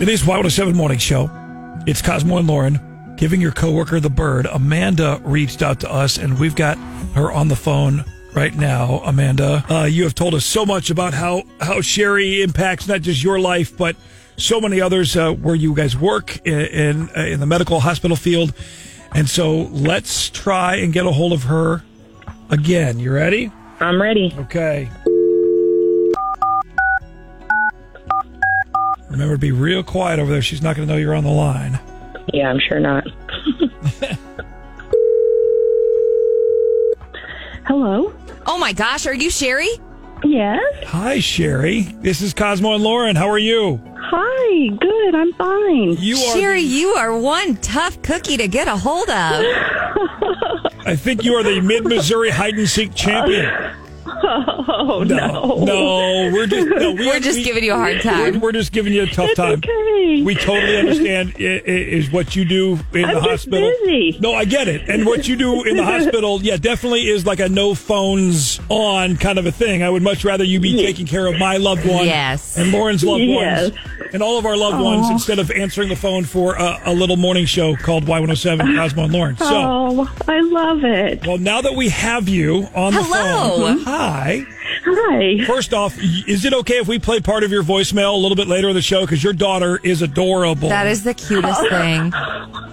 It is Wild 7 Morning Show. It's Cosmo and Lauren giving your coworker the bird. Amanda reached out to us, and we've got her on the phone right now. Amanda, uh, you have told us so much about how, how Sherry impacts not just your life, but so many others uh, where you guys work in, in, uh, in the medical hospital field. And so let's try and get a hold of her again. You ready? I'm ready. Okay. Remember to be real quiet over there. She's not going to know you're on the line. Yeah, I'm sure not. Hello? Oh my gosh, are you Sherry? Yes? Hi, Sherry. This is Cosmo and Lauren. How are you? Hi, good, I'm fine. You are. Sherry, you are one tough cookie to get a hold of. I think you are the Mid Missouri hide and seek champion. Oh, No, no, we're just no, we, We're just we- giving you a hard We're, time. we're just giving you a tough It's time. okay. We totally understand i- i- is what you do in I'm the just hospital. busy. No, I get it. And what you do in the hospital, yeah, definitely is like a no phones on kind of a thing. I would much rather you be taking care of my loved one Yes. and Lauren's loved Yes. ones and all of our loved ones instead of answering the phone for a, a little morning show called Y107 Cosmo and Lauren. So, Oh, I love it. well, now that we have you on the Hello. phone, Mm-hmm. hi. Hi. First off, y- is it okay if we play part of your voicemail a little bit later in the show? Because your daughter is adorable. That is the Oh cutest thing.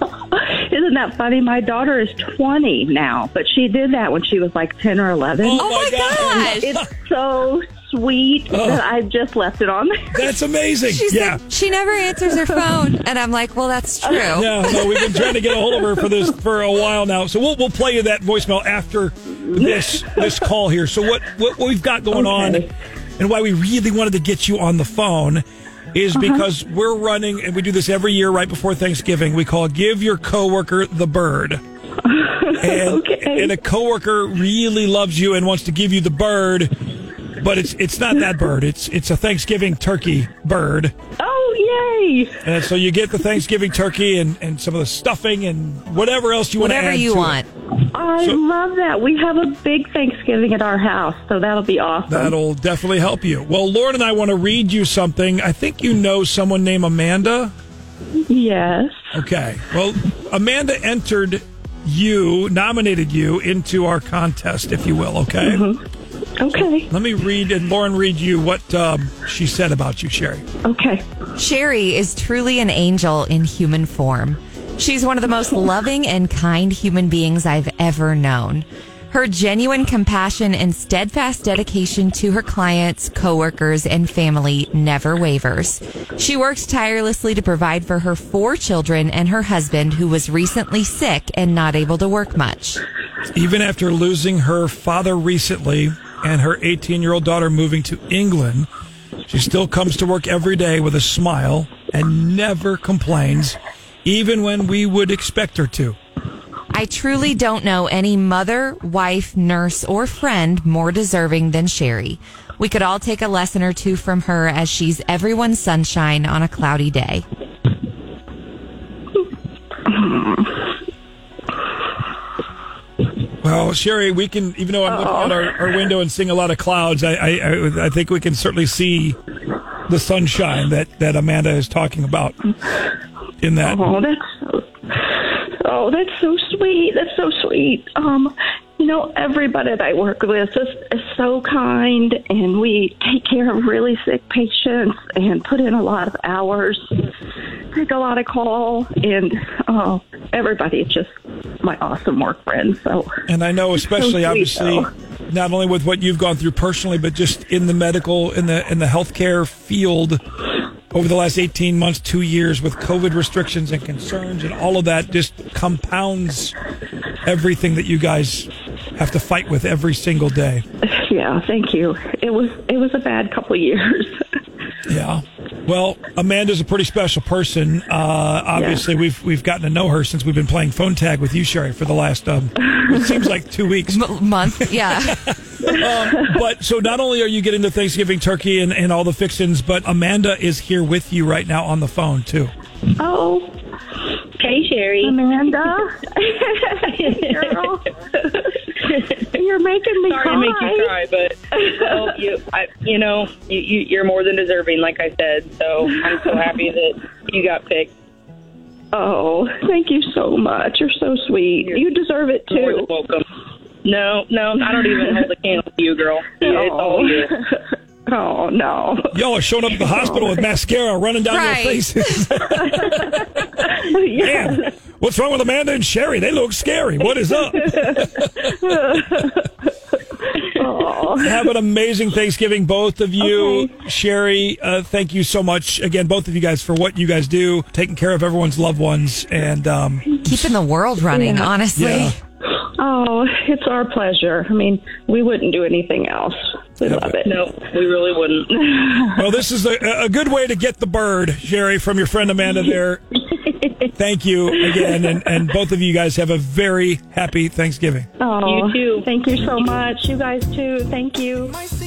Isn't that funny? My daughter is 20 now, but she did that when she was like 10 or 11. Oh my gosh. It's so sweet Oh. that I just left it on there. That's amazing. She's yeah. like, she never answers her phone. And I'm like, well, that's true. yeah, no, we've been trying to get a hold of her for this for a while now. So we'll we'll play you that voicemail after this this call here. So what what we've got going Okay. on and why we really wanted to get you on the phone is because we're running and we do this every year right before Thanksgiving. We call give your coworker the bird. And, Okay. and a coworker really loves you and wants to give you the bird, but it's it's not that bird. It's it's a Thanksgiving turkey bird. Oh, yay. And so you get the Thanksgiving turkey and, and some of the stuffing and whatever else you want to Whatever add you to it. want. I So- love that. We have a big Thanksgiving at our house, so that'll be awesome. That'll definitely help you. Well, Lauren and I want to read you something. I think you know someone named Amanda. yes. Okay. Well, Amanda entered you, nominated you into our contest, if you will, okay? Okay. Let me read and Lauren read you what um, she said about you, Sherry. Okay. Sherry is truly an angel in human form. She's one of the most loving and kind human beings I've ever known. Her genuine compassion and steadfast dedication to her clients, coworkers, and family never wavers. She works tirelessly to provide for her four children and her husband, who was recently sick and not able to work much. Even after losing her father recently and her 18 year old daughter moving to England, she still comes to work every day with a smile and never complains, even when we would expect her to. I truly don't know any mother, wife, nurse, or friend more deserving than Sherry. We could all take a lesson or two from her as she's everyone's sunshine on a cloudy day. Well, Sherry, we can, even though I'm looking out our, our window and seeing a lot of clouds, I, I, I, I think we can certainly see the sunshine that, that Amanda is talking about in that. Oh, that's so, oh, that's so sweet. That's so sweet. Um, you know, everybody that I work with is, is so kind, and we take care of really sick patients and put in a lot of hours, take a lot of call, and oh, everybody is just my awesome work friends. So And I know, especially sweet, obviously, not only with what you've gone through personally, but just in the medical, in the in the healthcare field over the last eighteen months, two years, with COVID restrictions and concerns and all of that, just compounds everything that you guys have to fight with every single day. yeah, thank you. It was it was a bad couple years. Yeah. Well, Amanda's a pretty special person. Uh, obviously, we've we've gotten to know her since we've been playing phone tag with you, Sherry, for the last um, it seems like two weeks. M- month, yeah. but so not only are you getting the Thanksgiving turkey and, and all the fixins, but Amanda is here with you right now on the phone too. oh, Hey, Sherry. Amanda, girl, you're making me Sorry to make you cry, but well, you, I, you know, you, you, you're more than deserving. Like I said, so I'm so happy that you got picked. Oh, thank you so much. You're so sweet. You deserve it More than too. welcome. No, no, I don't even hold a candle to you, girl. Yeah, it's all you. Oh no, Y'all are showing up at the hospital with mascara running down Right. your faces. yeah, Man, what's wrong with Amanda and Sherry? They look scary. What is up? Have an amazing Thanksgiving, both of you. Sherry, uh, thank you so much again, both of you guys, for what you guys do, taking care of everyone's loved ones, and um, Keeping the world running, honestly. yeah, Oh, it's our pleasure. I mean, we wouldn't do anything else. We love it. No, we really wouldn't. Well, this is a, a good way to get the bird, Sherry, from your friend Amanda there. Thank you again. And, and both of you guys have a very happy Thanksgiving. Oh, You too. Thank you so much. You guys too. Thank you. My